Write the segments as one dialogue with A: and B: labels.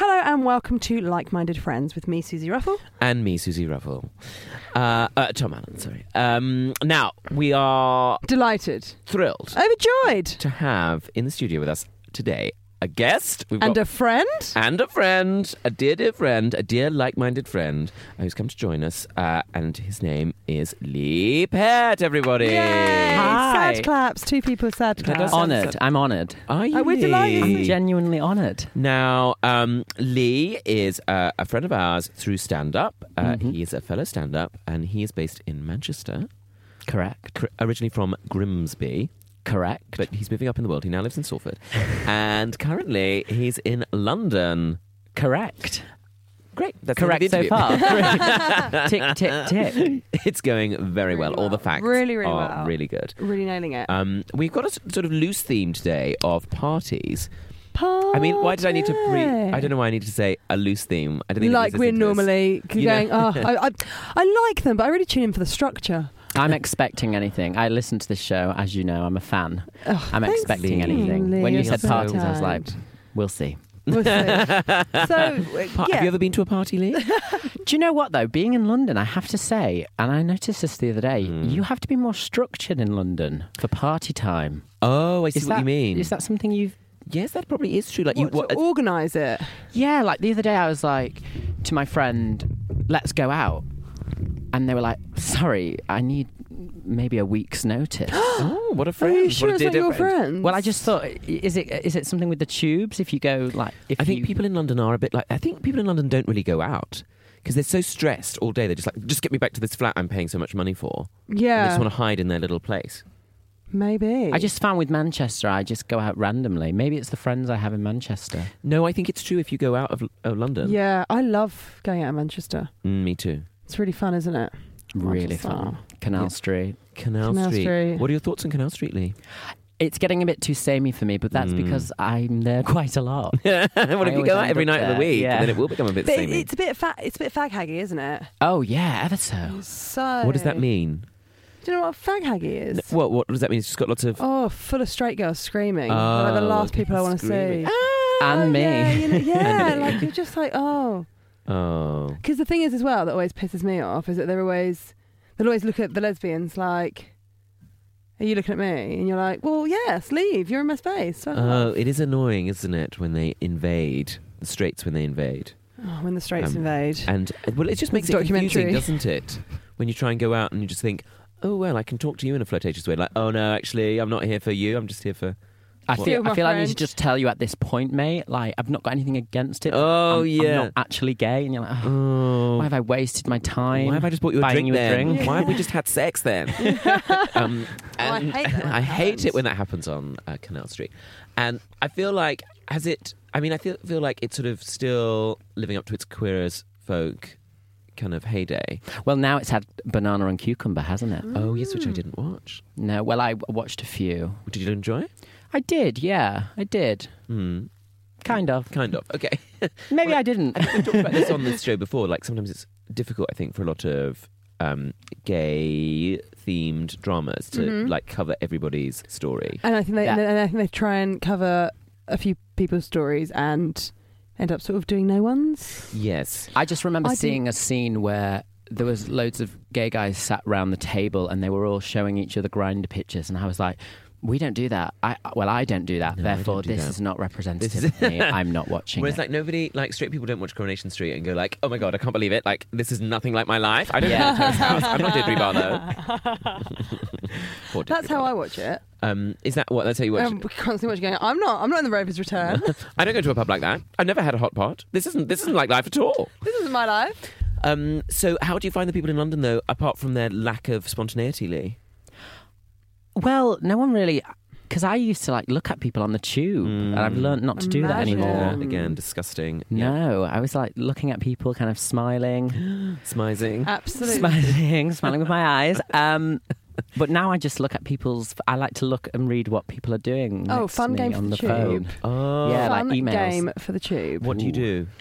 A: and welcome to Like Minded Friends with me, Susie Ruffle.
B: and me, Susie Ruffle. Uh, uh, Tom Allen, sorry. Um, now, we are
A: Delighted,
B: thrilled
A: overjoyed,
B: to have in the studio with us today a guest. We've
A: and
B: got-
A: a friend.
B: and a friend, a dear, dear friend, a dear, like minded friend who's come to join us. Uh, and his name is Lee Pett, everybody.
A: Yay!
C: Hi.
A: Sad claps. Two people sad
B: That does
A: claps.
B: sound-
C: Honored. I'm honored.
B: Are you
A: Oh, we're delighted.
B: Lee?
C: I'm genuinely honored.
B: Now, um, Lee is uh, a friend of ours through stand up. Uh, He is a fellow stand up and he is based in Manchester,
C: Correct.
B: cr- originally from Grimsby.
C: Correct.
B: But he's moving up in the world. He now lives in Salford. and currently, he's in London.
C: Correct.
B: Great. That's the end of
C: Correct
B: the
C: so
B: interview.
C: far. tick, tick, tick.
B: it's going very
A: Really
B: well. All
A: well.
B: the facts
A: Really, really
B: are
A: well.
B: really good.
A: Really nailing it.
B: Um, we've got a s- sort of loose theme today of parties. I mean, why did I need to? Re- I don't know why I need to say a loose theme. I don't think
A: Oh, like
B: anybody's
A: we're
B: listening to this.
A: normally
B: You know?
A: going. Oh, I, I, I like them, but I really tune in for the structure.
C: I'm expecting anything. I listen to this show, as you know. I'm a fan.
A: Oh,
C: I'm
A: thanks,
C: expecting
B: Lee.
C: anything.
A: Lee,
C: when you
A: you're
C: said
A: so
C: parties, I was like,
A: kind.
C: we'll see.
A: We'll see. so, uh,
B: Pa-
A: yeah.
B: Have you ever been to a party, Lee?
C: Do you know what, though? Being in London, I have to say, and I noticed this the other day,
B: Hmm.
C: you have to be more structured in London for party time.
B: oh, I see
C: Is
B: what
C: that,
B: you mean.
C: Is that something you've
B: yes, that probably is true. Like you,
A: What,
B: what,
A: to organise it.
C: Yeah, like the other day I was like to my friend, let's go out. And they were like, sorry, I need maybe a week's notice.
B: oh, what
A: uh,
B: a
A: Are
B: friend!
A: you
B: What
A: sure
B: a
A: it's
B: dear,
A: not
B: dear
A: your
B: friend.
A: friend?
C: well, I just thought, i- is it is it something with the tubes? If you go like, if
B: I think
C: you-
B: people in London are a bit like. I think people in London don't really go out because they're so stressed all day. They're just like, just get me back to this flat I'm paying so much money for. And they
A: yeah,
B: just want to hide in their little place.
A: maybe.
C: I just found with Manchester, I just go out randomly. Maybe it's the friends I have in Manchester.
B: No, I think it's true if you go out of, of London.
A: yeah, I love going out of Manchester.
B: Mm, me too.
A: It's really fun, isn't it?
C: Really
A: Manchester.
C: fun. Canal
B: Yeah.
C: Street.
B: Canal,
A: Canal
B: Street.
A: Street.
B: What are your thoughts on Canal Street, Lee?
C: It's getting a bit too samey for me, but that's
B: Mm.
C: because I'm there quite a lot.
B: what
C: I
B: if you
C: always
B: go out
C: end
B: every
C: up
B: night of the
C: there,
B: week?
C: yeah.
B: And then it will become a bit
A: But it-
B: samey.
A: it's a bit fa- it's a bit fag haggy, isn't it?
C: oh yeah, ever so.
A: So
B: What does that mean?
A: Do you know what fag haggy is?
B: N- What What does that mean? It's just got lots of.
A: Oh, full of straight girls screaming. They're like the
B: Oh,
A: last
B: okay.
A: people I want to see. Oh,
B: Screaming.
C: And me.
A: Yeah, you know, yeah
B: And me.
A: like you're just like, oh.
B: Oh.
A: Because the thing is, as well, that always pisses me off is that they're always, they'll always look at the lesbians like, are you looking at me? And you're like, well, yes, leave. You're in my space. Fuck
B: Oh,
A: off.
B: it is annoying, isn't it, when they invade the straits? When they invade,
A: Oh, when the straights
B: Um,
A: invade.
B: and well, it just makes it
A: It's a
B: confusing,
A: documentary.
B: doesn't it? When you try and go out and you just think, oh well, I can talk to you in a flirtatious way. Like, oh no, actually, I'm not here for you. I'm just here for.
C: I
B: What?
C: feel,
A: Still my
C: I feel I need to
A: friend.
C: just tell you at this point, mate. Like, I've not got anything against it. but
B: Oh,
C: I'm- I'm
B: yeah.
C: not actually gay. And you're like, oh,
B: Oh,
C: why have I wasted my time?
B: Why have I just bought you a
C: buying
B: drink
C: you a
B: then?
C: drink?
B: Why have we just had sex then? um,
A: I
B: and
A: hate that when
B: I
A: that
B: hate
A: happens.
B: it when that happens on uh, Canal Street. And I feel like, has it, I mean, I feel, feel like it's sort of still living up to its queer as folk kind of heyday.
C: Well, now it's had banana and cucumber, hasn't it?
B: Oh, yes, which I didn't watch.
C: No, well, I w- watched a few.
B: Did you enjoy it?
C: I did, yeah, I did.
B: Hmm.
C: Kind of.
B: Kind of. Okay.
C: Maybe I didn't.
B: We've talked about this on this show before. Like, sometimes it's difficult, I think, for a lot of um, gay themed dramas to
A: Mhm.
B: like cover everybody's story.
A: And I think they
C: Yeah.
A: and I think they try and cover a few people's stories and end up sort of doing no one's.
B: Yes.
C: I just remember
A: I didn't-
C: seeing a scene where there was loads of gay guys sat round the table and they were all showing each other grinder pictures, and I was like. We don't do that. I well, I don't do that.
B: No, I don't
C: Therefore,
B: do
C: this
B: that.
C: is not representative
B: This is-
C: of me. I'm not watching
B: Whereas
C: it.
B: like nobody like straight people don't watch Coronation Street and go like, oh my god, I can't believe it. Like this is nothing like my life. I don't
C: Yeah.
B: yeah. live in a terrace house. I'm not Deirdre Barlow. Poor Deirdre
A: That's how I
B: Barlow.
A: watch it.
B: Um, is that what? That's how you watch.
A: Um, we constantly watch it going. I'm not. I'm not in the Rover's Return.
B: I don't go to a pub like that. I've never had a hot pot. This isn't. This isn't like life at all.
A: this isn't my life.
B: Um, so how do you find the people in London though? Apart from their lack of spontaneity, Lee.
C: Well, no one really, because I used to like look at people on the tube, and I've learnt not to do that
A: Imagine.
C: anymore.
B: Yeah, Mm. again, disgusting. Yeah.
C: No, I was like looking at people, kind of smiling,
A: Uh,
B: smizing.
A: Absolutely.
C: smiling, smiling with my eyes. Um, but now I just look at people's. I like to look and read what people are doing.
A: Oh,
C: next to
A: fun
C: me
A: game for
C: on
A: the
C: the
A: tube.
C: phone.
B: oh,
C: Yeah, like
A: Fun
C: emails.
A: game for the tube.
B: What do you do?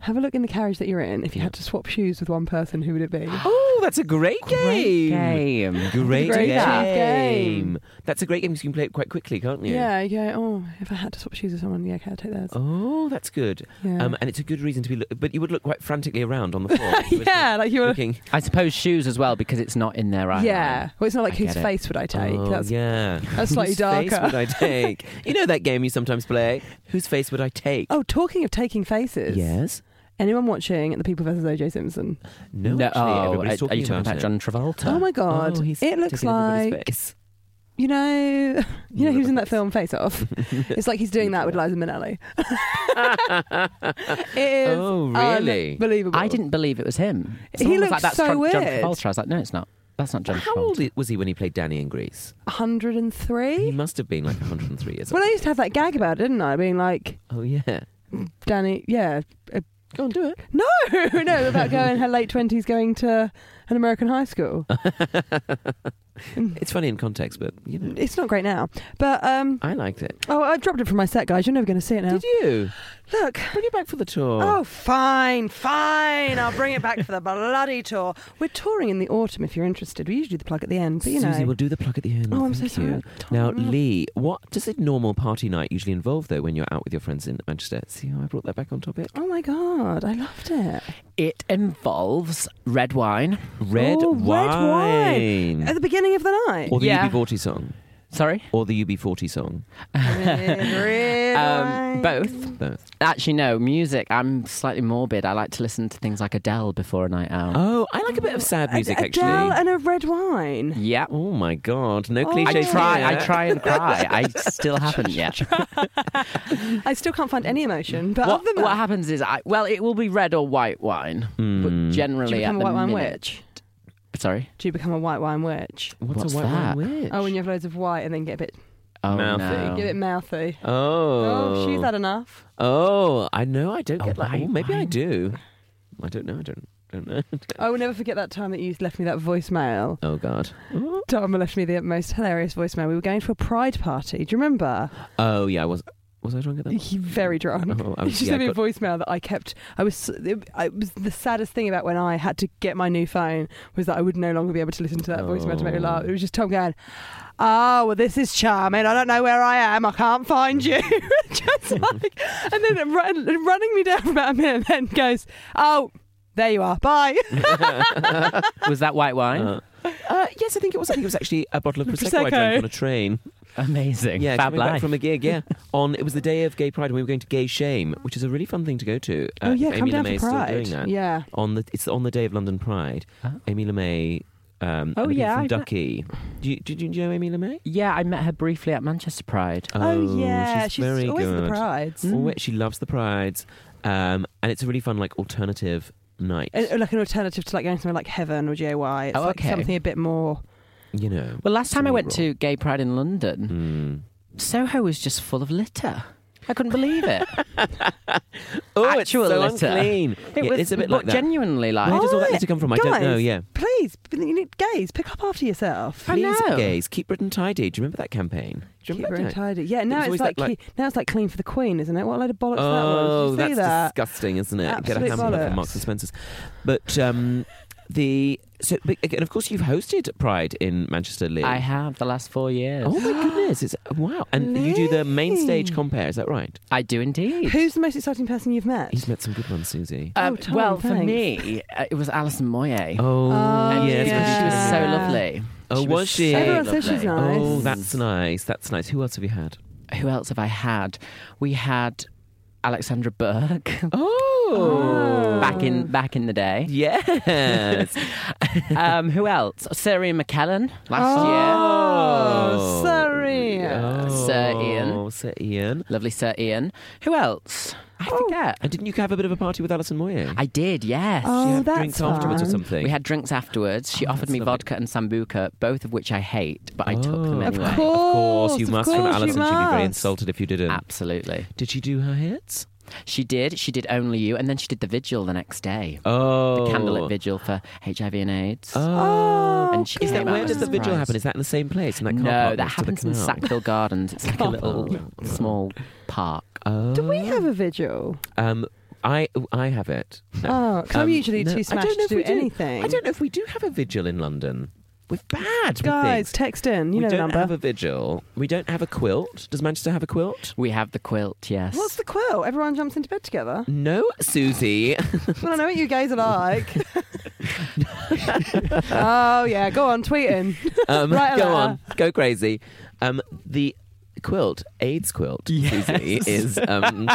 A: Have a look in the carriage that you're in. If you had to swap shoes with one person, who would it be?
B: Oh, that's a great
C: Great
B: game.
C: game.
B: Great,
A: Great
B: game.
A: game.
B: That's a great game because you can play it quite quickly, can't you?
A: Yeah, you go, oh, if I had to swap shoes with someone, yeah, okay, I'd take theirs.
B: Oh, that's good.
A: yeah.
B: Um, and it's a good reason to be. Look- but you would look quite frantically around on the floor. You would
A: yeah, like you
B: be
A: were.
B: Looking.
C: I suppose shoes as well because it's not in their eye.
A: yeah. Well, it's not like
C: I
A: whose
C: get it.
A: face would I take?
B: Oh,
A: That's
B: yeah.
A: that's slightly
B: Whose face
A: darker.
B: would I take? you know that game you sometimes play. Whose face would I take?
A: Oh, talking of taking faces.
B: yes.
A: Anyone watching The People versus OJ Simpson?
B: No.
C: No,
B: actually,
C: oh,
B: everybody's
C: are, are
B: talking
C: you talking about
B: it.
C: John Travolta?
A: Oh my god!
B: Oh, he's
A: it looks
B: taking everybody's
A: like
B: face.
A: you know, you know who's in that film Face Off. It's like he's doing that with
B: Yeah.
A: Liza Minnelli. it is
B: Oh, really?
A: unbelievable.
C: I didn't believe it was him.
A: He
C: Someone was
A: looks
C: like, That's
A: so
C: John, John
A: weird.
C: Travolta. I was like, no, it's not. That's not John
B: How
C: Travolta.
B: old was he when he played Danny in Greece?
A: Hundred and
B: He
A: three.
B: must have been like 103 years old.
A: Well, I used to have that gag about it, didn't I? Being like,
B: Oh yeah.
A: Danny, yeah,
B: Go and do it.
A: no, no, about going her late twenties, going to an American high school.
B: It's funny in context, but you know,
A: It's not great now, but um,
B: I liked it.
A: oh, I dropped it from my set, guys. You're never going to see it now.
B: Did you
A: Look,
B: bring it back for the tour?
A: Oh, fine, fine. I'll bring it back for the bloody tour. We're touring in the autumn if you're interested. We usually do the plug at the end, but you
B: Susie,
A: know.
B: we'll do the plug at the end.
A: Oh, I'm so
B: Thank
A: sorry.
B: you. Now, Lee, what does a normal party night usually involve, though, when you're out with your friends in Manchester? See how I brought that back on topic?
A: Oh my god, I loved it.
C: It involves red wine.
B: Red
A: Oh, red
B: wine. Uh,
A: wine. At the beginning of the night.
B: Mm. Or the
C: Yeah.
B: UB40 song.
C: Sorry?
B: Or the UB40 song.
C: Um, both.
B: Both.
C: Actually, no, music. I'm slightly morbid. I like to listen to things like Adele before a night out.
B: Oh, I like a bit of sad music,
A: Adele
B: actually.
A: and a red wine.
C: yeah.
B: Oh my god, no
A: Oh.
C: I
B: cliches.
C: try, I
B: here.
C: try and cry. I still haven't yet.
A: I still can't find any emotion, but
C: What,
A: other than
C: what
A: that,
C: happens is, I well, it will be red or white wine,
B: Hmm.
C: but
A: do you
C: generally
A: become
C: at
A: a
C: the
A: white wine
C: minute-
A: witch?
C: Sorry.
A: Do you become a white wine witch?
B: What's,
C: What's
B: a white
C: that?
B: wine witch?
A: Oh, when you have loads of white and then get a bit,
C: Oh
B: Mouthy.
C: no.
A: get a bit mouthy.
B: Oh.
A: Oh, she's had enough.
B: Oh, I know. I don't
C: A
B: get like.
C: white
B: maybe I
C: wine?
B: do. I don't know. I don't. Don't know.
A: I will never forget that time that you left me that voicemail.
B: Oh God.
A: Dharma left me the most hilarious voicemail. We were going to a pride party. Do you remember?
B: Oh yeah. I was. Was I drunk at that?
A: He very drunk.
B: Oh, I
A: He
B: was.
A: just
B: Yeah,
A: sent me
B: I
A: a
B: got,
A: voicemail that I kept. I was. It, I- it was the saddest thing about when I had to get my new phone was that I would no longer be able to listen to that voicemail to make me laugh. It was just Tom going, "Oh, well, this is charming. I don't know where I am. I can't find you." just like, and then it run, running me down for about a minute, and then goes, "Oh, there you are. Bye."
C: Was that white wine?
B: uh, uh, yes, I think it was. I think it was actually a bottle of prosecco,
A: Prosecco.
B: I drank on a train.
C: Amazing.
B: Yeah,
C: Fab
B: coming back
C: life.
B: from a gig. Yeah, on it was the day of Gay Pride, and we were going to Gay Shame, which is a really fun thing to go to. Uh,
A: oh yeah,
B: Amy
A: come down
B: LeMay's
A: for pride.
B: Still doing that.
A: Yeah.
B: On the it's on the day of London Pride.
C: Oh.
B: Amy LeMay. Um, and
A: Oh,
B: the people
A: yeah,
B: from
A: I've met-
B: Ducky. Do you, did you do you know Amy LeMay?
C: Yeah, I met her briefly at Manchester Pride.
A: Oh, yeah, she's,
B: very
A: always at
B: good.
A: the prides.
B: Oh, wait, she loves the prides, um, and it's a really fun like alternative night.
A: Uh, Like an alternative to like going somewhere like Heaven or JY. It's
C: Oh,
A: like
C: okay.
A: something a bit more.
B: you know.
C: Well, last time I went
B: cerebral.
C: to Gay Pride in London,
B: Mm.
C: Soho was just full of litter. I couldn't believe it.
B: Oh,
C: Actual
B: it's so
C: litter.
B: unclean.
C: It
B: Yeah,
C: was
B: it's a bit
C: but
B: like that. Uh,
C: genuinely like.
B: Where does all that
A: Right.
B: litter come from? I don't know.
A: Guys.
B: Yeah.
A: Please, you need gays, pick up after yourself.
C: I
B: Please,
C: know.
B: gays, keep Britain tidy. Do you remember that campaign? Do
A: Keep
B: you remember
A: her
B: that campaign?
A: tidy. Yeah, now
B: was
A: it's
B: always
A: like
B: that, like-
A: cle- now it's like clean for the queen, isn't it? What a load of bollocks
B: Oh,
A: that was. Did you see
B: that's
A: that?
B: disgusting, isn't it?
A: Absolute
B: Get a hamburger from Marks and Spencers. But um, the so but again, of course, you've hosted Pride in Manchester, Lee.
C: I have the last four years.
B: Oh my goodness! It's wow, and you do the main stage compare. Is that right?
C: I do indeed. Uh,
A: Who's the most exciting person you've met?
B: He's met some good ones, Susie.
A: Oh, Tom,
C: well, for
A: thanks.
C: me, uh, it was Alison Moyet.
B: Oh,
A: Oh,
B: yes,
A: yeah.
C: She was so
A: Yeah.
C: lovely.
B: Oh,
C: she
B: was
C: was
B: she?
C: so
A: Everyone says
C: lovely.
A: she's nice.
B: Oh, that's nice. That's nice. Who else have you had?
C: Who else have I had? We had Alexandra Burke
B: Oh,
C: back in back in the day.
B: Yes.
C: um, who else? Sarah McKellen last year.
A: oh, sorry.
B: Oh,
C: Sir Ian.
B: Sir Ian.
C: Lovely Sir Ian. Who else? I
A: Oh.
C: forget.
B: And didn't you have a bit of a party with Alison Moyer?
C: I did, yes.
A: Oh,
B: you had
A: that's
B: drinks afterwards or
A: fun.
B: something.
C: We had drinks afterwards. She offered
B: Oh, that's
C: me
B: lovely.
C: vodka and sambuca, both of which I hate, but I took them
B: Oh.
A: Of course,
C: anyway.
B: Of course, you
A: of
B: must. From
A: course you
B: Alison, she'd be very
A: must.
B: insulted if you didn't.
C: Uh, Absolutely.
B: Did she do her hits?
C: She did. She did Only You, and then she did the vigil the next day.
B: Oh,
C: The candlelit vigil for HIV and AIDS.
B: Oh.
C: and she
B: Is that
C: came out
B: where
C: as
B: does the
C: a
B: vigil
C: surprise.
B: happen? Is that in the same place? In that car park
C: no, that
B: next to the
C: happens in
B: canal?
C: Sackville Gardens. It's like a little
B: Oh.
C: small park.
B: Oh.
A: Do we have a vigil?
B: Um, I I have it. No.
A: Oh, 'cause I'm
B: Um,
A: usually
B: no, I
A: too
B: don't
A: smashed
B: know
A: to
B: if
A: do
B: we
A: anything.
B: I don't know if we do have a vigil in London. We're bad, with
A: Guys,
B: things.
A: text in. You
B: we
A: know the
B: don't
A: number.
B: have a vigil. We don't have a quilt. Does Manchester have a quilt?
C: We have the quilt, yes.
A: What's the quill? Everyone jumps into bed together.
B: No, Susie.
A: well, I know what you guys are like. oh yeah, go on, tweet in.
B: Um,
A: Right,
B: go
A: Lara.
B: on, go crazy. Um, the quilt, AIDS quilt, Susie, is um,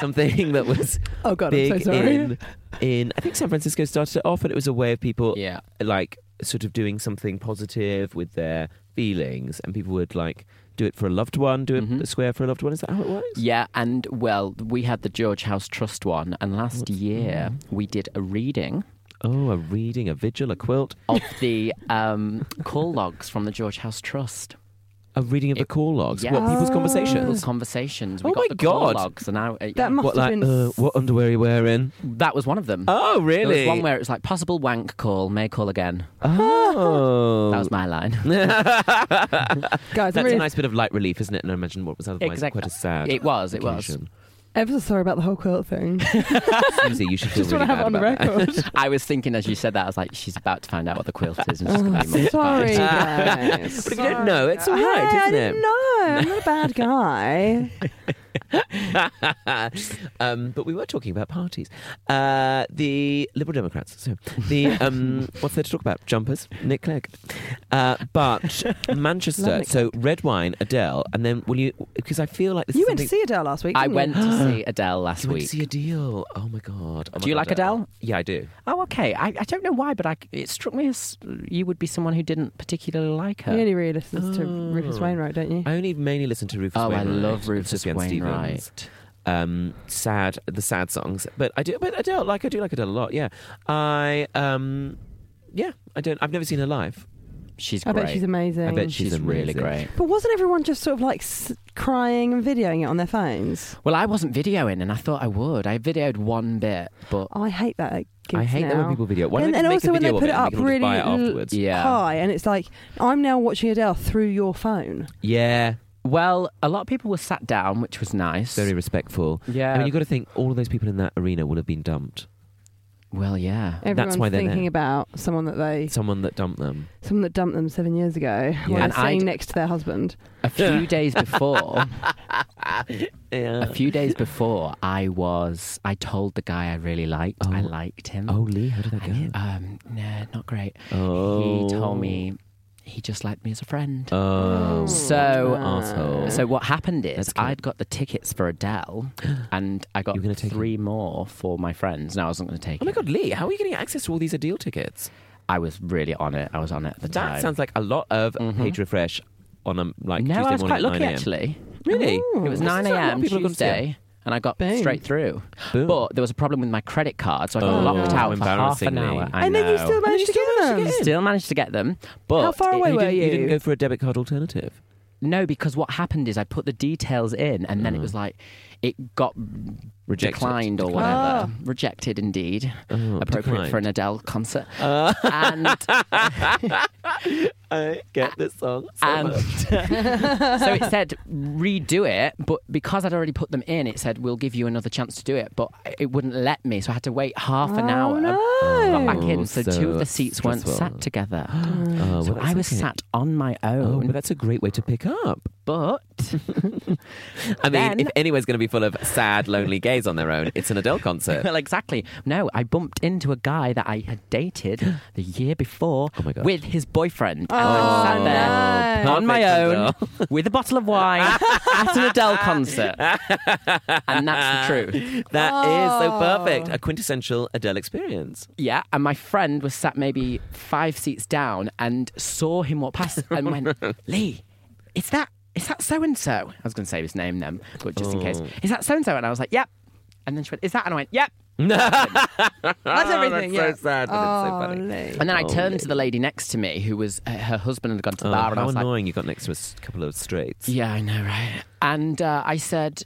B: something that was
A: Oh god,
B: big
A: I'm so sorry.
B: in in I think San Francisco started it off, and it was a way of people
C: yeah.
B: like sort of doing something positive with their feelings, and people would like do it for a loved one, do it
C: Mhm.
B: a square for a loved one. Is that how it works?
C: Yeah, and well, we had the George House Trust one, and last year we did a reading
B: Oh, a reading, a vigil, a quilt,
C: of the um, call logs from the George House Trust.
B: a reading of the
C: It-
B: call logs.
C: yeah.
B: What people's
A: Oh.
C: People's
B: conversations?
C: conversations. We
B: Oh
C: got
B: my
C: the call
B: God.
C: logs, and I, uh, yeah.
A: That must
B: What
A: have
B: like
A: been.
B: uh, what underwear are you wearing?
C: that was one of them.
B: Oh,
C: There
B: really?
C: was one where it was like possible wank call, may call again.
B: Oh,
C: That was my line.
A: guys, I'm
B: That's a
A: really
B: nice bit of light relief, isn't it? And I imagine what was otherwise
C: Exactly.
B: quite a sad.
C: It was, it was.
B: occasion.
A: ever so sorry about the whole quilt thing.
B: Susie, you should feel
A: Just
B: really
A: want to have
B: bad
A: it on the
B: about that.
A: record.
C: I was thinking as you said that, I was like, she's about to find out what the quilt is. And she's gonna be
A: Oh,
C: mortified.
A: sorry, guys.
B: But if you don't know, it's all
A: Hey,
B: right,
A: I
B: isn't
A: didn't
B: it?
A: know. I'm not a bad guy.
B: um, but we were talking about parties. Uh, the Liberal Democrats. So the um, what's there to talk about? Jumpers, Nick Clegg. Uh, but
A: Love
B: Manchester.
A: Nick
B: So red wine, Adele, and then will you? Because I feel like this.
A: You
B: is
A: went to
B: something-
A: see Adele last week.
C: I
A: didn't
C: went
A: You?
C: to see Adele last
B: You went to
C: week.
B: see Adele. Oh my god. Oh my
C: Do you
B: God,
C: like Adele?
B: Yeah, I do.
C: Oh, okay. I, I don't know why, but I, it struck me as you would be someone who didn't particularly like her.
A: You only really listens to
B: Oh.
A: Rufus Wainwright, don't you?
B: I only mainly listen to Rufus.
C: oh,
B: Wainwright,
C: I love Rufus
B: Sufjan Stevens.
C: Wainwright.
B: um sad the sad songs but i do but adele like i do like adele a lot yeah i um yeah i don't i've never seen her live
C: She's
A: I
C: great.
A: bet she's amazing.
B: I bet she-
C: She's
B: She's
C: really
B: amazing.
C: great.
A: But wasn't everyone just sort of like s- crying and videoing it on their phones?
C: Well, I wasn't videoing, and I thought I would. I videoed one bit, but
A: Oh, I hate that. At gigs
B: i hate that
A: now.
B: when people video why
A: And-
B: don't they
A: and
B: make
A: also
B: a
A: when they
B: video
A: put
B: of
A: it
B: it, and
A: up
B: we can all just buy it
A: really l-
B: afterwards
C: yeah.
A: Hi, and it's like I'm now watching Adele through your phone.
B: yeah
C: Well, a lot of people were sat down, which was nice.
B: very respectful
C: yeah.
B: i mean you got to think all of those people in that arena would have been dumped
C: well, yeah.
A: Everyone's
B: why they're
A: thinking
B: there.
A: about someone that they,
B: someone that dumped them
A: someone that dumped them seven years ago, while
C: And
A: sitting
C: I'd-
A: next to their husband.
C: A few days before,
B: yeah
C: a few days before, I was. I told the guy I really liked. I
B: Oh.
C: liked him.
B: oh lee how did that go
C: And he- um, no, not great.
B: oh
C: He told me he just liked me as a friend.
B: oh
C: So-
B: asshole
C: So what happened is
B: Oh. That's cool.
C: I'd got the tickets for Adele, and I got
B: You were gonna take
C: three more for my friends. No, I wasn't going to take
B: oh my
C: it.
B: god lee how are you getting access to all these adele tickets
C: I was really on it. I was on it at the
B: That
C: time.
B: sounds like a lot of
C: Mhm.
B: page refresh on a like
C: no,
B: Tuesday
C: I was
B: morning
C: quite
B: at
C: lucky
B: 9 a.m.
C: actually.
B: Really?
A: Ooh.
C: It was
B: This
C: nine
B: is a lot of
C: a.m.
B: people have gone to see
C: Tuesday, and I got
A: Boom.
C: straight through.
B: Boom.
C: But there was a problem with my credit card, so I got
A: Oh,
C: locked
A: no.
C: out for half an
B: Embarrassingly.
C: hour. I
A: and then you
C: know.
A: still managed to
B: you still
A: get
B: managed to
A: them.
B: get in.
C: Still managed to get them, but
A: How far
C: it-
A: away
B: you,
A: were
B: didn't, you didn't
A: you?
B: go for a debit card alternative.
C: No, because what happened is I put the details in, and then it
B: Mm.
C: was like it got
B: Rejected.
C: declined or
B: Declined.
C: whatever.
A: Ah.
C: Rejected indeed.
B: Oh,
C: Appropriate
B: declined.
C: for an Adele concert.
B: Uh,
C: And
B: I get this song. So
C: and
B: much.
C: um, so it said redo it, but because I'd already put them in, it said we'll give you another chance to do it, but it wouldn't let me, so I had to wait half
A: Oh,
C: an hour. Got back
A: No.
C: in, so,
B: Oh, So
C: two of the seats weren't
B: stressful.
C: sat together.
B: Oh, well,
C: so
B: that's
C: I was
B: okay.
C: sat on my
B: Oh, but
C: own,
B: that's a great way to pick up.
C: but
B: I mean,
C: Then-
B: if anywhere's going to be full of sad, lonely gays on their own, it's an Adele concert.
C: well, exactly. No, I bumped into a guy that I had dated the year before
B: Oh my God.
C: with his boyfriend.
A: Oh,
C: and I sat there
A: no.
C: on my
B: Perfect
C: own
B: Adele.
C: with a bottle of wine at an Adele concert. and that's the truth.
B: That is so
A: Oh.
B: perfect. A quintessential Adele experience.
C: Yeah, and my friend was sat maybe five seats down and saw him walk past and
B: Oh,
C: went, Lee, is that is that so and so? I was going to say his name then, but just in case,
B: Oh.
C: is that so and so? And I was like, yep. And then she went, is that? And I went, yep.
A: That's everything.
B: so
A: yeah.
B: sad, but it's so
A: Oh,
B: funny.
A: Lee.
C: And then I
B: Oh,
C: turned
B: Lee.
C: to the lady next to me who was uh, her husband had gone to the
B: Oh,
C: bar, and I
B: how
C: was like,
B: annoying you got next to a s- couple of straights.
C: yeah, I know, right? And uh, I said.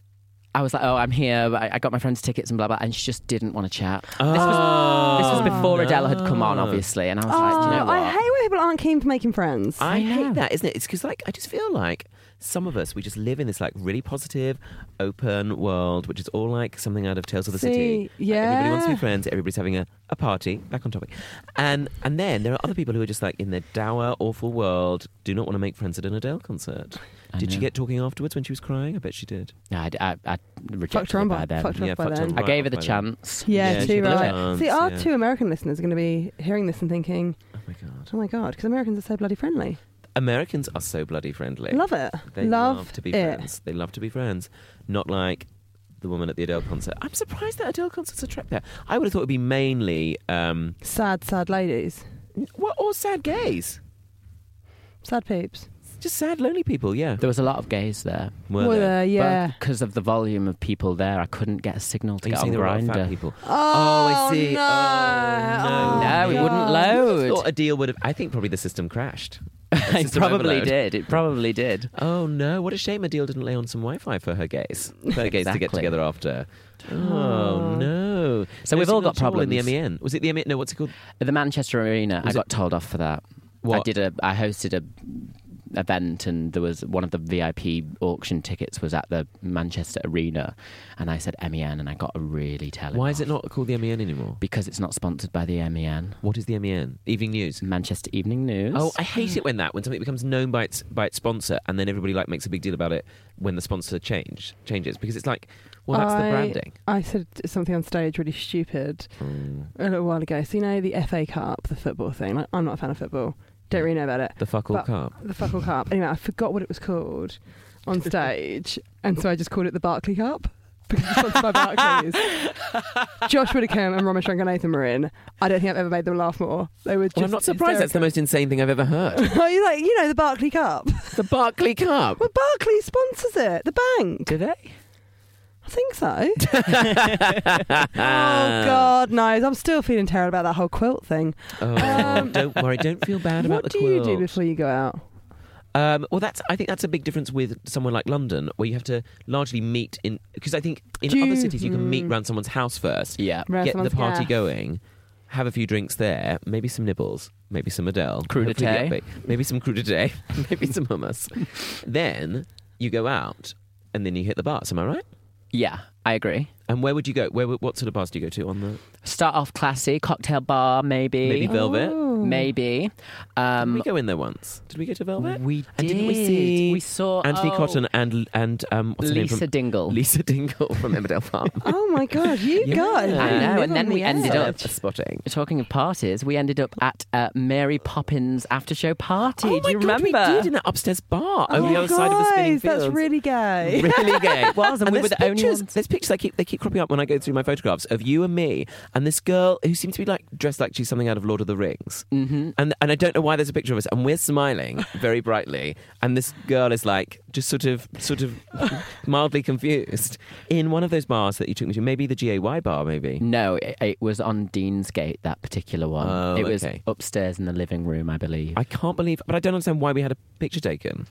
C: I was like, oh, I'm here. but I, I got my friend's tickets and blah, blah. And she just didn't want to chat. This, was, this was before Adele had come on,
B: Oh, no.
C: obviously. And I
A: Oh,
C: was like, do you know what?
A: I hate when people aren't keen for making friends.
B: I
C: I know.
B: hate that, isn't it? It's because, like, I just feel like some of us we just live in this like really positive, open world, which is all like something out of Tales of the
A: See,
B: City. Like, everybody wants to
A: yeah.
B: be friends. Everybody's having a, a party. Back on topic, and and then there are other people who are just like in their dour, awful world. Do not want to make friends at an Adele concert.
C: I
B: Did she
C: know.
B: get talking afterwards when she was crying? I bet she did.
C: No, I, I, I
A: Fucked
C: rejected
A: her on
C: it
A: by,
C: by then.
A: fucked her
B: Yeah,
A: up by
B: fucked her
A: then.
B: on
C: I
B: Right
C: gave her
B: off
C: the
B: by then.
C: chance.
A: Yeah,
B: Yeah, she
A: too
B: got a
A: right.
B: chance,
A: See, our
B: yeah.
A: two American listeners are going to be hearing this and thinking,
B: Oh my god,
A: "Oh my god," because Americans are so bloody friendly.
B: Americans are so bloody friendly.
A: Love it.
B: They love,
A: love,
B: to be
A: it.
B: friends. They love to be friends. Not like the woman at the Adele concert. I'm surprised that Adele concerts attract that. I would have thought it would be mainly um,
A: Sad, sad ladies,
B: n- what or sad gays,
A: sad peeps.
B: just sad lonely people. Yeah,
C: There was a lot of gays there.
B: were
A: Well,
B: there?
A: uh, yeah.
C: Because of the volume of people there, I couldn't get a signal
B: Are
C: to
B: you
C: get on
B: saying there were a lot of fat
C: Grinder.
B: people?
A: Oh,
B: I see.
A: No.
B: Oh,
C: No, it wouldn't
A: God.
B: I
C: load.
B: thought a deal would have. I think probably the system crashed.
C: it
B: System
C: probably
B: overload.
C: did. It probably did.
B: Oh no! What a shame Adele didn't lay on some Wi-Fi for her gays, for her gays to get
C: Exactly.
B: together after. Oh,
A: Oh.
B: no!
C: So
B: No
C: we've
B: signal
C: all got
B: at in the
C: problems.
B: MEN. Was it the MEN? No, what's it called?
C: At the Manchester Arena,
B: Was
C: I got
B: it-
C: told off for that. I
B: What?
C: did a. I hosted a event, and there was one of the VIP auction tickets was at the Manchester Arena, and I said MEN, and I got a really telling.
B: Why is it
C: off.
B: not called the MEN anymore?
C: Because it's not sponsored by the MEN.
B: What is the MEN? Evening News.
C: Manchester Evening News.
B: Oh, I hate it when that when something becomes known by its by its sponsor, and then everybody like makes a big deal about it when the sponsor change changes because it's like, well, that's the
A: I-
B: branding.
A: I said something on stage really stupid
C: Hmm.
A: a little while ago. So you know the FA Cup, the football thing. Like, I'm not a fan of football. Don't really know about it.
B: The fuck all
A: But-
B: cup.
A: The fuckle cup. Anyway, I forgot what it was called on stage, and so I just called it the Barclay Cup. Because it's sponsored by Barclays. Josh Widdicombe and Ramesh Ranganathan were in. I don't think I've ever made them laugh more. They were just.
B: Well, I'm not surprised. That's the most insane thing I've ever heard.
A: most. you like you know the Barclay Cup.
B: the Barclay Cup.
A: Well, Barclay sponsors it. The bank.
B: Do they?
A: I think so. oh God, no! I'm still feeling terrible about that whole quilt thing.
B: Oh,
A: Um,
B: don't worry. Don't feel bad about
A: What do
B: the quilt.
A: you do before you go out?
B: Um, well, that's. I think that's a big difference with somewhere like London, where you have to largely meet in. Because I think in
A: Do
B: other
A: you-
B: cities you can meet
A: Hmm.
B: round someone's house first,
C: yeah.
A: Round
B: get the
A: someone's
B: party
A: gaff.
B: going, have a few drinks there, maybe some nibbles, maybe some Adele,
C: Crudité.
B: hopefully the upbeat, maybe some crudité, maybe some hummus. then you go out, and then you hit the bars. Am I right?
C: Yeah, I agree.
B: And where would you go? Where? would- What sort of bars do you go to on the?
C: Start off classy, cocktail bar, maybe.
B: Maybe Velvet.
A: Oh.
C: Maybe.
B: Did
C: Um,
B: we go in there once? Did we go to Velvet?
A: Mm.
C: we did.
B: And didn't we see
C: We saw
B: Anthony
C: oh,
B: Cotton and and um, what's her name
C: Lisa
B: from-
C: Dingle.
B: Lisa Dingle from Emmerdale Farm.
A: Oh my God, you
B: Yeah.
A: guys! you
B: I know,
A: live
C: and
A: on
C: then
A: the
C: we ended
A: edge.
C: up-
B: spotting.
C: Talking of parties, we ended up at uh, Mary Poppins after show party.
B: oh my
C: Do you
B: God,
C: remember?
B: We did in that upstairs bar
A: Oh
B: over the
A: my
B: other side of the spinning
A: guys, That's
B: fields.
A: really gay.
B: really gay.
C: It was, and we were
B: there's
C: the only
B: pictures-
C: ones.
B: There's pictures that keep they keep cropping up when I go through my photographs of you and me and this girl who seems to be like dressed like she's something out of Lord of the Rings. Mm-hmm. And and I don't know why there's a picture of us and we're smiling very brightly and this girl is like just sort of sort of mildly confused in one of those bars that you took me to, maybe the GAY bar, maybe.
C: No, it, it was on Deansgate, that particular one.
B: Oh,
C: it was
B: okay.
C: upstairs in the living room, I believe.
B: I can't believe, but I don't understand why we had a picture taken.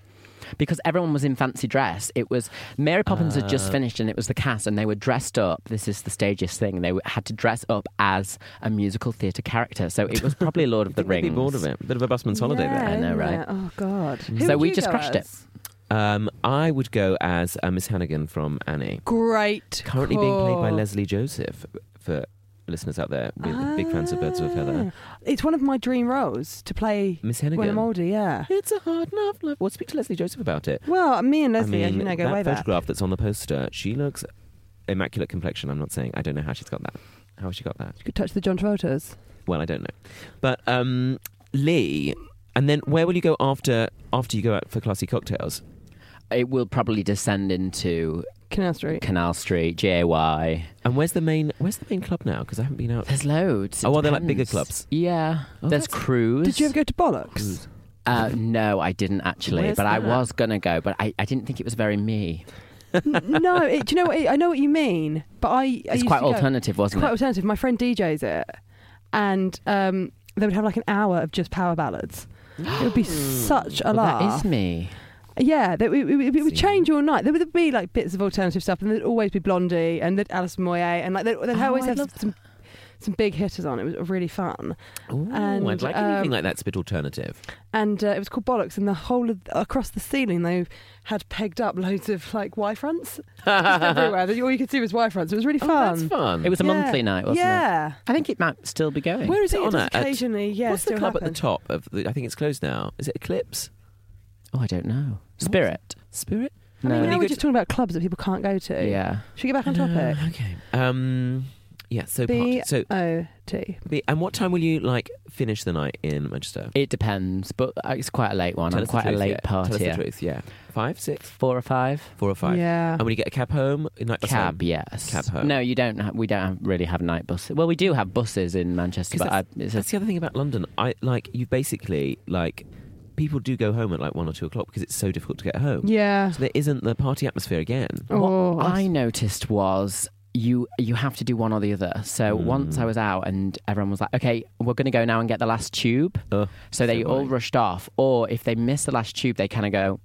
C: because everyone was in fancy dress. It was Mary Poppins had just finished, and it was the cast, and they were dressed up. This is the stagiest thing. They were- had to dress up as a musical theatre character, so it was probably Lord of the
B: Think they'd
C: Rings.
B: Be bored of it. Bit of a busman's holiday
A: yeah,
B: there.
C: I know,
A: isn't
C: right?
A: it? Oh God.
B: Mm.
C: So
A: would
C: we
A: you
C: just
A: go
C: crushed it.
A: as?
B: Um, I would go as uh, Miss Hannigan from Annie,
A: Great.
B: currently being played by
A: call.
B: Leslie Joseph. For listeners out there, we're big fans of Birds of a Feather.
A: Ah. It's one of my dream roles to play
B: Miss
A: when I'm
B: Hannigan.
A: older. Yeah.
B: It's a hard enough life. Well, speak to Leslie Joseph about it.
A: Well, me and Leslie,
B: I mean,
A: as you know, go
B: that
A: way back.
B: photograph that's on the poster, she looks immaculate complexion. I'm not saying. I don't know how she's got that. How has she got that?
A: You could touch the John Travolta's.
B: Well, I don't know. But um, Lee, and then where will you go after after you go out for classy cocktails?
C: It will probably descend into
A: Canal Street.
C: Canal Street, JY.
B: And where's the main where's the main club now? Because I haven't been out.
C: There's loads. It
B: Oh, are they like bigger
C: depends.
B: clubs?
C: Yeah.
B: Oh,
C: There's
B: that's-
C: Cruise.
A: Did you ever go to Bollocks?
B: Cruise.
C: Uh, no, I didn't actually,
B: Where's
C: but I
B: that?
C: was gonna go, but I, I didn't think it was very me.
A: N- no. It, do you know what? I know what you mean, but I. I
C: It's
A: used
C: quite
A: to go-
C: alternative,
A: It's
C: wasn't
A: quite
C: it?
A: alternative. My friend DJs it, and um, they would have like an hour of just power ballads. It would be such a
C: Well,
A: laugh.
C: that is me.
A: Yeah, that it, it, it would
B: See.
A: change all night. There would be like bits of alternative stuff, and there'd always be Blondie and there'd Alice Moyet, and like they'd, they'd
C: Oh,
A: always
C: I
A: have
C: love
A: some some big hitters on. It was really fun,
B: Ooh,
A: And,
B: I'd like
A: um,
B: anything like that. It's a bit alternative.
A: and uh, it was called Bollocks. And the whole of, across the ceiling, they had pegged up loads of like Y fronts Just everywhere. All you could see was Y fronts. It was really
B: Oh,
A: fun.
B: that's fun.
C: It was a
A: Yeah.
C: monthly night, wasn't it?
A: yeah.
C: I think it might still be going.
A: Where is
B: Is
A: it?
B: it
A: It
B: on
A: does
B: at-
A: occasionally, yeah.
B: What's the
A: still
B: club at
A: happen.
B: the top of the? I think it's closed now. Is it Eclipse?
C: oh, I don't know. Spirit.
B: Spirit?
A: I mean,
B: When
A: now
B: you
A: we're
B: go
A: just talking about clubs that people can't go to.
C: yeah.
A: Should we get back on topic?
B: Uh, okay. Um. Yeah. So.
A: B-
B: part- so.
A: O Oh, T.
B: the- And what time will you like finish the night in Manchester?
C: It depends, but uh, it's quite a late one.
B: Tell
C: I'm
B: us the
C: quite a
B: truth,
C: late
B: yeah. Tell us the
C: partier.
B: truth. Yeah. Five, six,
C: Four or five.
B: four or five. Um,
A: Yeah.
B: And when you get a cab home, in like
C: Cab, yes.
B: Cab home.
C: No, you don't. Have, we don't have, really have night buses. Well, we do have buses in Manchester,
B: 'Cause
C: but I, it's a,
B: That's the other thing about London. I like you. Basically, like people do go home at like one or two o'clock because it's so difficult to get home.
A: Yeah.
B: So there isn't the party atmosphere again.
A: Oh,
C: what I noticed was you you have to do one or the other. So once
B: Hmm.
C: I was out and everyone was like, "Okay, we're going to go now and get the last tube."
B: Uh,
C: So they
B: so
C: all
B: right.
C: rushed off, or if they miss the last tube, they kind of go,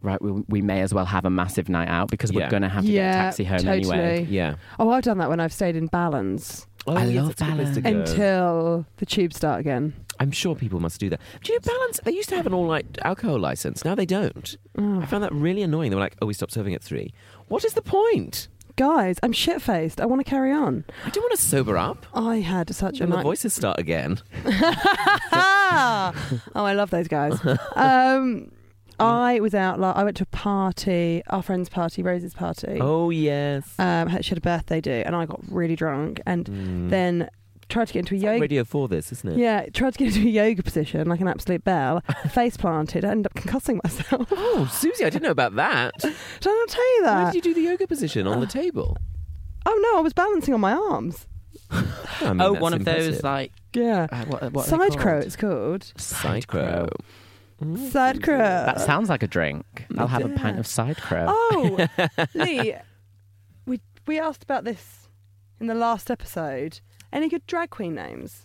C: "Right, we, we may as well have a massive night out because we're
B: Yeah.
C: going to have to
A: yeah,
C: get a taxi home
A: totally.
C: anyway."
B: Yeah.
A: Oh, I've done that when I've stayed in Balance
B: Oh,
C: I
B: yes,
C: love
B: that's a good place to
C: balance.
B: go.
A: until the tubes start again.
B: uh, I'm sure people must do that. Do you know balance? They used to have an all night alcohol license. Now they don't.
A: Oh,
B: I found that really annoying. They were like, "Oh, we stopped serving at three. What is the point?
A: Guys, I'm shit faced. I want to carry on.
B: I don't want to sober up."
A: I had such a
B: And the
A: night.
B: voices start again.
A: Ah! oh, I love those guys. Um, I was out. Like, I went to a party, our friend's party, Rose's party.
B: Oh yes.
A: Um, she had a birthday do, and I got really drunk, and
B: Mm.
A: then tried to get into a Mm. yoga.
B: Radio for this, isn't it?
A: Yeah, tried to get into a yoga position like an absolute bell. face planted, I ended up concussing myself. Did
B: Oh, Susie, I didn't know about that.
A: I not tell you
B: Why
A: that?
B: did you do the yoga position on the table?
A: Oh no, I was balancing on my arms.
B: I mean,
C: Oh,
B: that's
C: one of
B: impressive.
C: those like
A: Yeah.
C: uh, what, what are they
A: Side crow,
C: called?
A: it's called.
B: side crow.
A: Side crow.
C: That sounds like a drink. I'll have a pint of side crow.
A: Oh,
B: Mm.
A: Lee, we we asked about this in the last episode. Any good drag queen names?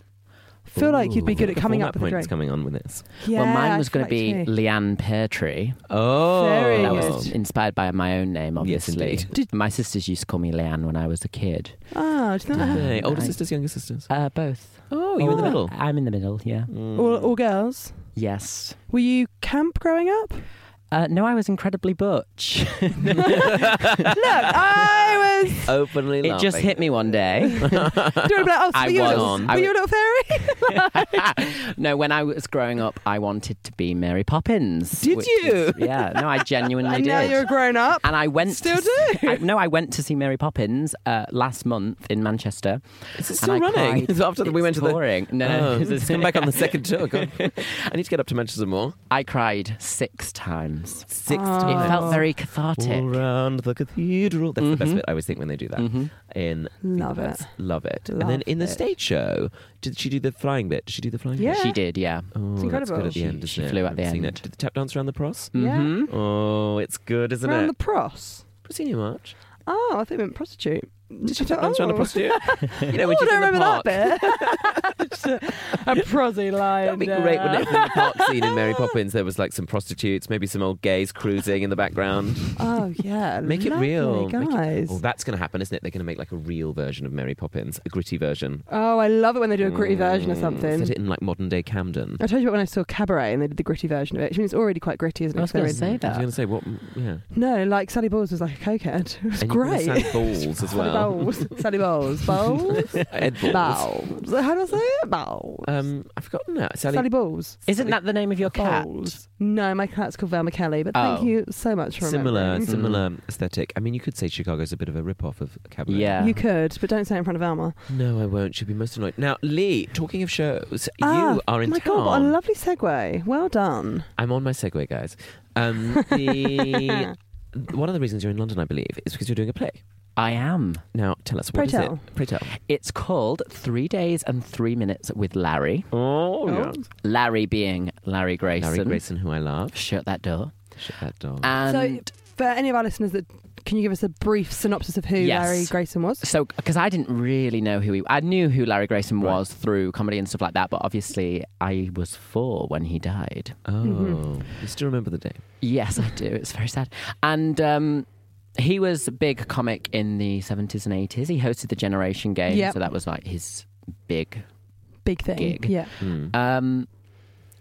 A: I feel like you'd be
B: Ooh,
A: good at
B: the
A: coming up
B: format
A: with a
B: point is
A: drink.
B: coming on with this.
A: Yeah,
C: well,
A: I
C: mine was
A: feel
C: going to
A: like
C: be
A: you.
C: Leanne Peartree.
B: Oh,
A: Very
C: That
A: Yes.
C: was inspired by my own name,
B: Yes,
C: obviously.
B: indeed.
C: My sisters used to call me Leanne when I was a kid.
A: Ah, do you know that?
B: Hey, older
C: I-
B: sisters, younger sisters.
C: Uh, both.
B: Oh, Mm. you were in the
A: Oh.
B: middle.
C: I'm in the middle, yeah.
A: all, all girls.
C: Yes.
A: Were you camp growing up? Look,
C: Uh, no, I was incredibly butch.
A: I was.
B: Openly
C: it just hit me one day.
A: Do you remember? Oh, so
C: I
A: were you a
C: was.
A: little-
C: I
A: Were
C: was-
A: you a little fairy?
C: no, when I was growing up, I wanted to be Mary Poppins.
B: Did
C: which
B: you?
C: is- yeah, no, I genuinely
A: and
C: did.
A: now you're a grown up.
C: and I went
A: Still
C: to see- I, no, I went to see Mary Poppins uh, last month in Manchester.
B: Is it
C: and
B: still
C: I
B: running?
C: cried.
B: It's after the- we
C: It's
B: went to the-
C: touring. No, no,
B: Oh,
C: it's-
B: it's come back on the second tour. God. I need to get up to Manchester more.
C: I cried six times.
B: Sixth
A: Oh.
C: It
B: time.
C: felt very cathartic.
B: All round the cathedral. That's the best
C: Mhm.
B: bit I always think when they do that.
C: Mm-hmm.
B: In
A: Love it.
B: That's- love it. and
A: Love
B: then in the
A: it.
B: stage show, did she do the flying bit? Did she do the flying
A: Yeah.
B: bit?
C: She did,
B: Oh,
C: yeah.
A: It's
B: That's good
A: incredible.
B: at the
C: She-
B: end, isn't
C: she
B: it?
C: flew
B: I
C: at the
B: haven't seen
C: end.
B: that. Did the tap dance around the pros?
A: Yeah.
C: hmm
B: Oh, it's good, isn't
A: Around
B: it?
A: the pros.
B: I've seen you much.
A: Oh, I think we meant prostitute.
B: Did she tap dance around the prostitute? you know,
A: Oh,
B: when
A: I don't
B: she's in the
A: remember
B: park.
A: that bit. Just a, a prosy line.
B: That'd be
A: uh,
B: great, wouldn't it? In the park scene in Mary Poppins, there was like some prostitutes, maybe some old gays cruising in the background.
A: Oh yeah,
B: Make it
A: lovely,
B: real, Make it-
A: guys.
B: Well, that's going to happen, isn't it? They're going to make like a real version of Mary Poppins, a gritty version.
A: oh, I love it when they do a gritty version of
B: Mm,
A: something.
B: Set it in like modern day Camden.
A: I told you about when I saw Cabaret and they did the gritty version of it. I mean, it's already quite gritty, isn't it?
C: I was
A: 'Cause they're
C: gonna
A: in-
C: say
B: I was
C: that.
B: going to say what? mm, Yeah,
A: No, like Sally Bowles was like a cokehead. It was
B: and
A: great.
B: You can balls as
A: Sally
B: well.
A: Bowles. Sally Bowles. Bowles.
B: Ed balls.
A: Bowles. How do I say it? Bowles.
B: Um, I've forgotten that. Sally.
A: Sally, Bowles.
C: Isn't that the name of your cat?
A: Bowles. No, my cat's called Velma Kelly, but thank
C: Oh.
A: you so much for
B: similar,
A: remembering.
B: similar aesthetic. I mean, you could say Chicago's a bit of a rip-off of Cabaret.
C: Yeah.
A: You could, but don't say it in front of Velma.
B: No, I won't. She'll be most annoyed. Now, Lee, talking of shows,
A: Ah,
B: you are in
A: my
B: town.
A: God, what a lovely segue. Well done.
B: I'm on my segue, guys. Um, the, one of the reasons you're in London, I believe, is because you're doing a play.
C: I am.
B: Now, tell us
A: Pray
B: what is
A: tell.
B: it? Pray tell.
C: It's called Three Days and Three Minutes with Larry.
B: Oh, yeah.
C: Larry being Larry Grayson.
B: Larry Grayson, who I love.
C: Shut that door.
B: Shut that door.
C: Ah. And
A: so, for any of our listeners that can you give us a brief synopsis of who
C: Yes.
A: Larry Grayson was?
C: so, because I didn't really know who he, I knew who Larry Grayson
B: Right.
C: was through comedy and stuff like that. But obviously, I was four when he died.
B: oh, you still remember the day?
C: Yes, I do. It's very sad. And um, he was a big comic in the 70s and 80s. He hosted the Generation Game.
A: Yep.
C: So that was like his big
A: Big thing.
C: Gig.
A: Yeah.
B: Mm.
C: Um,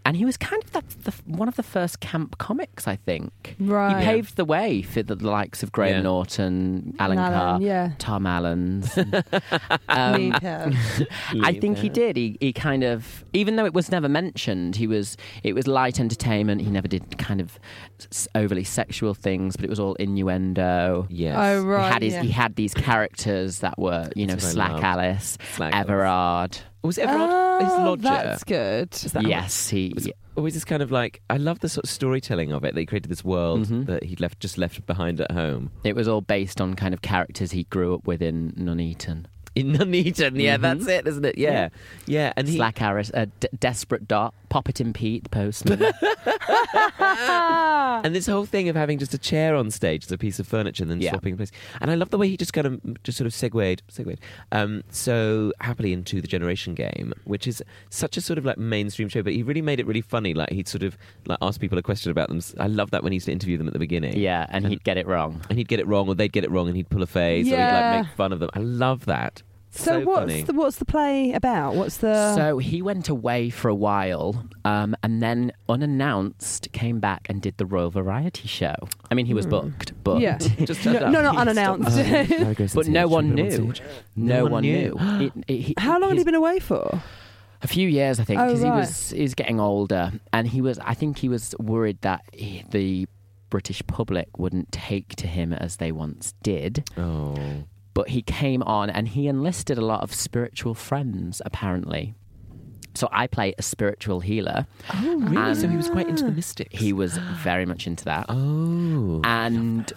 C: and he was kind of the, the, one of the first camp comics, I think.
A: Right.
C: He paved the way for the likes of Graham
B: Yeah.
C: Norton, Alan,
A: Alan,
C: Carr,
A: Yeah.
C: Tom Allens. um,
A: Need her.
C: I think he did. He, he kind of, even though it was never mentioned, he was. It was light entertainment. He never did kind of s- overly sexual things, but it was all innuendo.
B: Yes.
A: Oh right.
C: he had his,
A: yeah.
C: he had these characters that were, you know,
B: That's what I
C: Slack
B: loved.
C: Alice,
B: Slack Alice.
C: Everard.
B: Was Everard his
A: Oh,
B: lodger?
A: That's good.
B: Is that-
C: yes, he.
B: was always this kind of like I love the sort of storytelling of it that he created this world
C: Mm-hmm.
B: that he left just left behind at home
C: It was all based on kind of characters he grew up with in Nuneaton.
B: in Nuneaton. Yeah, that's
A: Mm-hmm.
B: it, isn't it? Yeah, yeah. And he,
C: Mm-hmm. Slack Harris, uh, D- Desperate Dot, Poppet and Pete, the postman.
A: Ah.
B: and this whole thing of having just a chair on stage as a piece of furniture and then
C: Yeah.
B: swapping place. And I love the way he just kind of just sort of segued, segued um, so happily into the Generation Game, which is such a sort of like mainstream show. But he really made it really funny. Like he'd sort of like ask people a question about them. I love that when he used to interview them at the beginning.
C: yeah, and he'd get it wrong.
B: and he'd get it wrong, or they'd get it wrong, and he'd pull a face, or he'd
A: Yeah.
B: like make fun of them. I love that.
A: so, what's
B: funny.
A: the what's the play about? What's
B: Uh.
A: the
C: So he went away for a while um, and then, unannounced, came back and did the Royal Variety Show. I mean, he was booked, but.
A: yeah?
B: Hmm. Just turned
A: no,
B: up.
A: no, not
B: He
A: unannounced.
B: stopped.
C: But no one knew. No one knew. It- it- he-
A: How long had
C: his-
A: he been away for?
C: A few years, I think,
A: Oh,
C: because
A: right.
C: he was he was getting older, and he was. I think he was worried that he, the British public wouldn't take to him as they once did.
B: Oh,
C: But he came on, and he enlisted a lot of spiritual friends, apparently. So I play a spiritual healer.
B: oh, really? so he was quite into the mystics.
C: Ah. He was very much into that.
B: oh,
C: And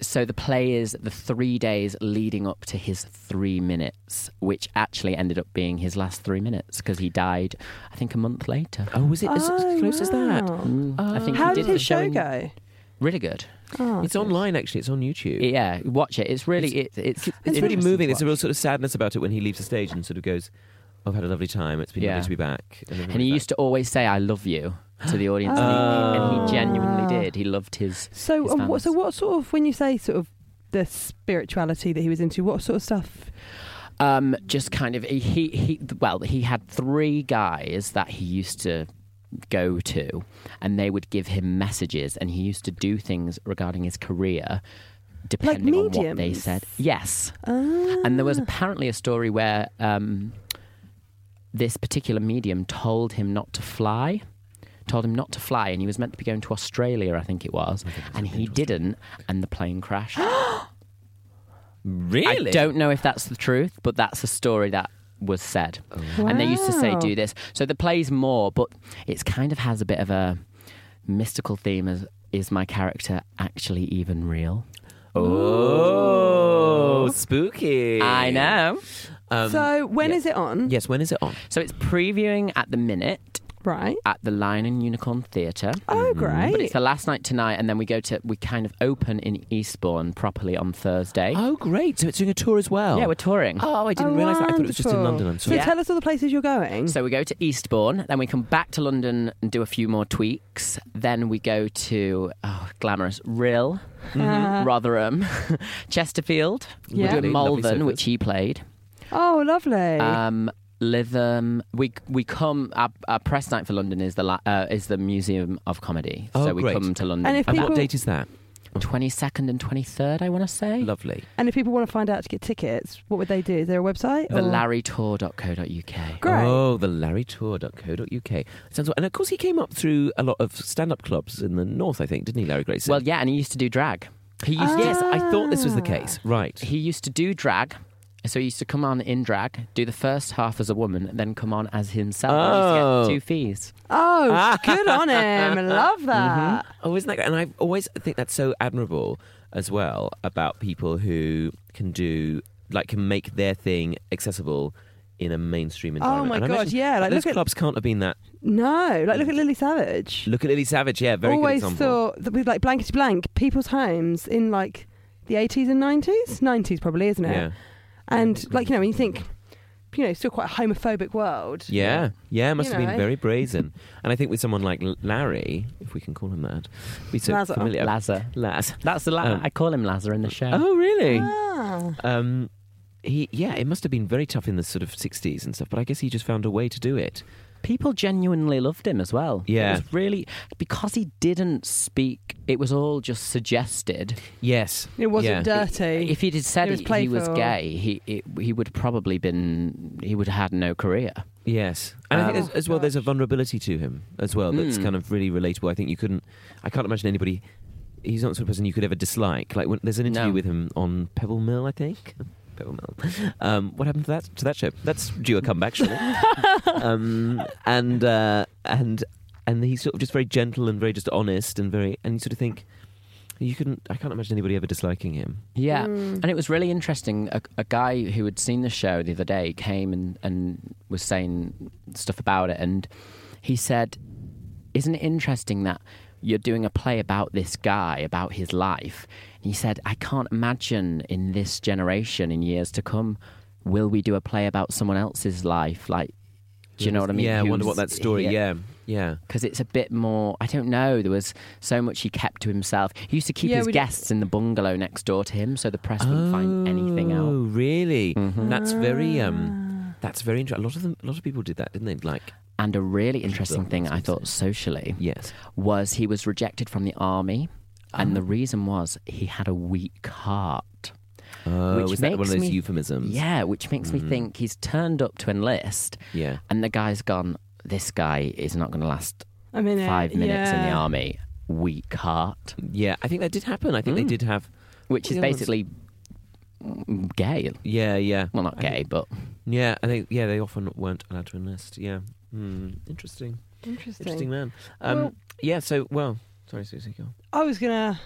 C: so the play is the three days leading up to his three minutes, which actually ended up being his last three minutes because he died, I think, a month later.
B: oh, was it as
A: Oh,
B: close as that?
A: wow.
C: Mm, I think
A: How
C: he
A: did
C: did
A: his
C: the
A: show
C: in-
A: go?
C: Really good.
A: Oh,
B: It's online actually. It's on YouTube.
C: Yeah, watch it. It's really it,
B: it's
C: it's
B: really
C: interesting
B: moving.
C: to
B: There's a
C: watch.
B: real sort of sadness about it when he leaves the stage and sort of goes, oh, "I've had a lovely time. It's been
C: Yeah.
B: lovely to be back."
C: And he used to always say, "I love you" to the audience,
B: Uh,
C: and, he, and he genuinely did. He loved his.
A: Oh. So,
C: his
A: um, what,
C: fans.
A: so what sort of when you say sort of the spirituality that he was into, what sort of stuff?
C: Um, just kind of he, he he well he had three guys that he used to go to, and they would give him messages, and he used to do things regarding his career, depending on what they
A: mediums?
C: said. Yes,
A: Ah.
C: and there was apparently a story where um, this particular medium told him not to fly. Told him not to fly, and he was meant to be going to Australia, I think it was, and he didn't, and the plane crashed.
B: really.
C: I don't know if that's the truth, but that's a story that was said. And they used to say,
A: Wow.
C: do this. So the play's more, but it's kind of has a bit of a mystical theme as is my character actually even real?
B: Oh, spooky.
C: I know.
B: Um,
A: so when is it on?
B: yes. When is it on?
C: So it's previewing at the minute
A: Right.
C: at the Lion and Unicorn Theatre.
A: Oh,
C: But it's
A: great.
C: the last night tonight, and then we go to, we kind of open in Eastbourne properly on Thursday.
B: Oh, great. So it's doing a tour as well.
C: Yeah, we're touring.
B: Oh, I didn't
A: Oh,
B: realise that. I thought it was just in
A: wonderful.
B: London. I'm
A: So
B: sorry.
C: Yeah.
A: tell us all the places you're going.
C: So we go to Eastbourne, then we come back to London and do a few more tweaks. Then we go to oh, glamorous Rill,
B: Mm-hmm.
A: Uh,
C: Rotherham, Chesterfield.
A: Yeah.
C: We're
B: Lovely,
C: doing
B: lovely
C: Malvern,
B: sofas.
C: which he played.
A: oh, lovely.
C: Um, Lytham. We we come. Our, our press night for London is the la- uh, is the Museum of Comedy.
B: Oh,
C: so we
B: great.
C: come to London.
A: And if
B: And
A: people-
B: what date is that?
C: twenty second and twenty third, I want to say.
B: Lovely.
A: and if people want to find out to get tickets, what would they do? Is there a website?
C: The
A: or-
C: LarryTour.co.uk.
A: Great.
B: Oh, the larrytour.co.uk. Sounds and of course he came up through a lot of stand-up clubs in the north, I think, didn't he, Larry Grayson?
C: Well, yeah, and he used to do drag.
B: he used to, yes, I thought this was the
A: Ah.
B: case. Right.
C: he used to do drag. So he used to come on in drag, do the first half as a woman, and then come on as himself.
B: Oh.
C: And he used to get two fees.
A: Oh, good on him.
C: Mm-hmm.
A: Love that.
B: Oh, isn't that great? And I always think that's so admirable as well about people who can do, like, can make their thing accessible in a mainstream environment.
A: Oh, my
B: And I
A: God,
B: imagine
A: yeah, like,
B: those
A: look at-
B: clubs can't have been that.
A: No, like look at Lily Savage.
B: Look at Lily Savage, yeah, very
A: Always
B: good example.
A: thought that with like blankety blank, people's homes in like the 80s and 90s, 90s probably, isn't it?
B: yeah.
A: And like you know, when you think, you know, still quite a homophobic world.
B: Yeah, yeah, must
A: You
B: have been
A: know.
B: very brazen. And I think with someone like L- Larry, if we can call him that, be so
A: Lazar.
B: familiar.
C: Lazar.
B: Laz.
C: That's the la-
B: Um,
C: I call him Lazar in the show.
B: Oh, really?
A: Ah.
B: Um, he, yeah, it must have been very tough in the sort of 60s and stuff, but I guess he just found a way to do it.
C: people genuinely loved him as well.
B: Yeah.
C: It was really because he didn't speak. It was all just suggested.
B: Yes.
A: It wasn't
B: yeah.
A: dirty.
C: If he'd have said
A: It was
C: he, he was
A: playful.
C: gay, he it, he would probably been he would have had no career.
B: Yes. And
C: Oh
B: I think
A: Um,
B: there's, as well, there's a
A: gosh.
B: vulnerability to him as well that's
C: Mm.
B: kind of really relatable. I think you couldn't, I can't imagine anybody. He's not the sort of person you could ever dislike. Like when, there's an interview
C: No.
B: with him on Pebble Mill, I think. Pebble Mill. Um, what happened to that to that show? That's due a comeback, surely. um, and uh, and and he's sort of just very gentle and very just honest and very and you sort of think you couldn't. I can't imagine anybody ever disliking him.
C: Yeah,
A: Mm.
C: and it was really interesting. A, a guy who had seen the show the other day came and, and was saying stuff about it, and he said, "Isn't it interesting that you're doing a play about this guy, about his life?" And he said, "I can't imagine in this generation, in years to come, will we do a play about someone else's life? Like, do you know what I mean?
B: Yeah, I wonder what that
C: Who's-
B: story. Yeah, yeah.
C: because it's a bit more. I don't know. There was so much he kept to himself. He used to keep
A: Yeah,
C: his
A: we-
C: guests in the bungalow next door to him, so the press wouldn't find anything
B: Oh,
C: out.
B: really?
C: Mhm.
B: That's very
A: Ah.
B: um, that's very interesting. A lot of them, a lot of people did that, didn't they? Like,
C: And a really interesting
B: Well,
C: thing
B: that's
C: I thought socially
B: yes, Um,
C: was he was rejected from the army, and the reason was he had a weak heart.
B: oh,
C: Which
B: is that one of
C: makes
B: those
C: me-
B: euphemisms?
C: Yeah, which makes
B: Mm.
C: me think he's turned up to enlist,
B: yeah.
C: and the guy's gone. This guy is not going to last
A: I mean, it-
C: five minutes in the
A: yeah.
C: army. Weak heart,
B: Yeah, I think that did happen. I think
A: Hmm.
B: they
C: Mm.
B: did have.
C: which is
B: Yeah, that's-
C: basically mm, gay.
B: Yeah, yeah.
C: Well, not
B: I think-
C: gay, but
B: yeah, I think. Yeah, they often weren't allowed to enlist. Yeah. Hmm. Interesting.
A: Interesting.
B: Interesting man. Um,
A: Well-
B: yeah. So well. Sorry, Susie. Go. on.
A: I was gonna,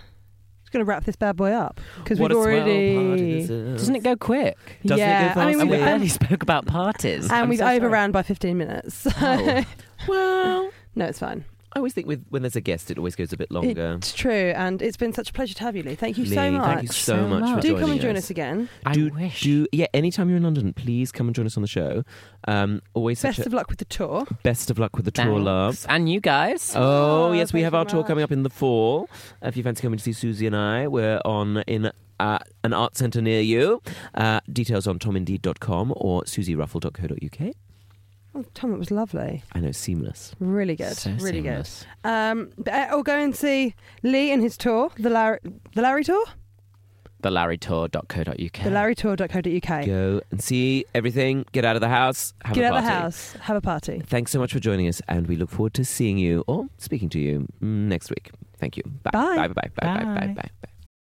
A: was gonna wrap this bad boy up because
B: What
A: we've
B: a swell party
A: already.
B: this is.
C: Doesn't it go quick?
B: Doesn't it
A: yeah,
B: go
A: I mean,
B: fast?
C: And we
A: we've,
B: Yeah.
A: and,
C: barely spoke about parties.
A: and
C: I'm
A: we've
C: so sorry.
A: overran by 15 minutes. so-
C: Oh.
B: Well,
A: no, it's fine.
B: I always think with when there's a guest, it always goes a bit longer.
A: It's true, and it's been such a pleasure to have you, Lee. Thank you
B: Lee,
A: so much.
B: Thank you so,
C: So
B: much.
C: much.
B: For
A: Do come and
B: joining
A: join us again.
C: I
B: do,
C: wish.
B: do yeah. Anytime you're in London, please come and join us on the show. Um, always such
A: Best
B: a
A: of luck with the tour.
B: best of luck with the tour,
C: Thanks.
B: love.
C: And you guys.
B: Oh
A: Oh,
B: yes, we
A: thank
B: have
A: you
B: our tour
A: much.
B: coming up in the fall. If you fancy coming to see Susie and I, we're on in. Uh, an art centre near you. Uh, details on tomindeed.com or susieruffle.co.uk.
A: Oh, Tom, it was lovely.
B: I know, seamless.
A: Really good.
C: So
A: really good.
C: seamless.
A: Um, but, uh, or go and see Lee and his tour, the Larry, the Larry Tour,
C: TheLarryTour.co.uk.
A: the larrytour.co.uk.
B: Go and see everything. Get out of the house. Have
A: Get
B: a
A: out
B: party.
A: of the house. Have a party.
B: Thanks so much for joining us, and we look forward to seeing you or speaking to you mm, next week. Thank you. Bye.
A: Bye.
B: Bye. Bye. Bye. Bye. Bye.
C: Bye.
B: Bye. bye.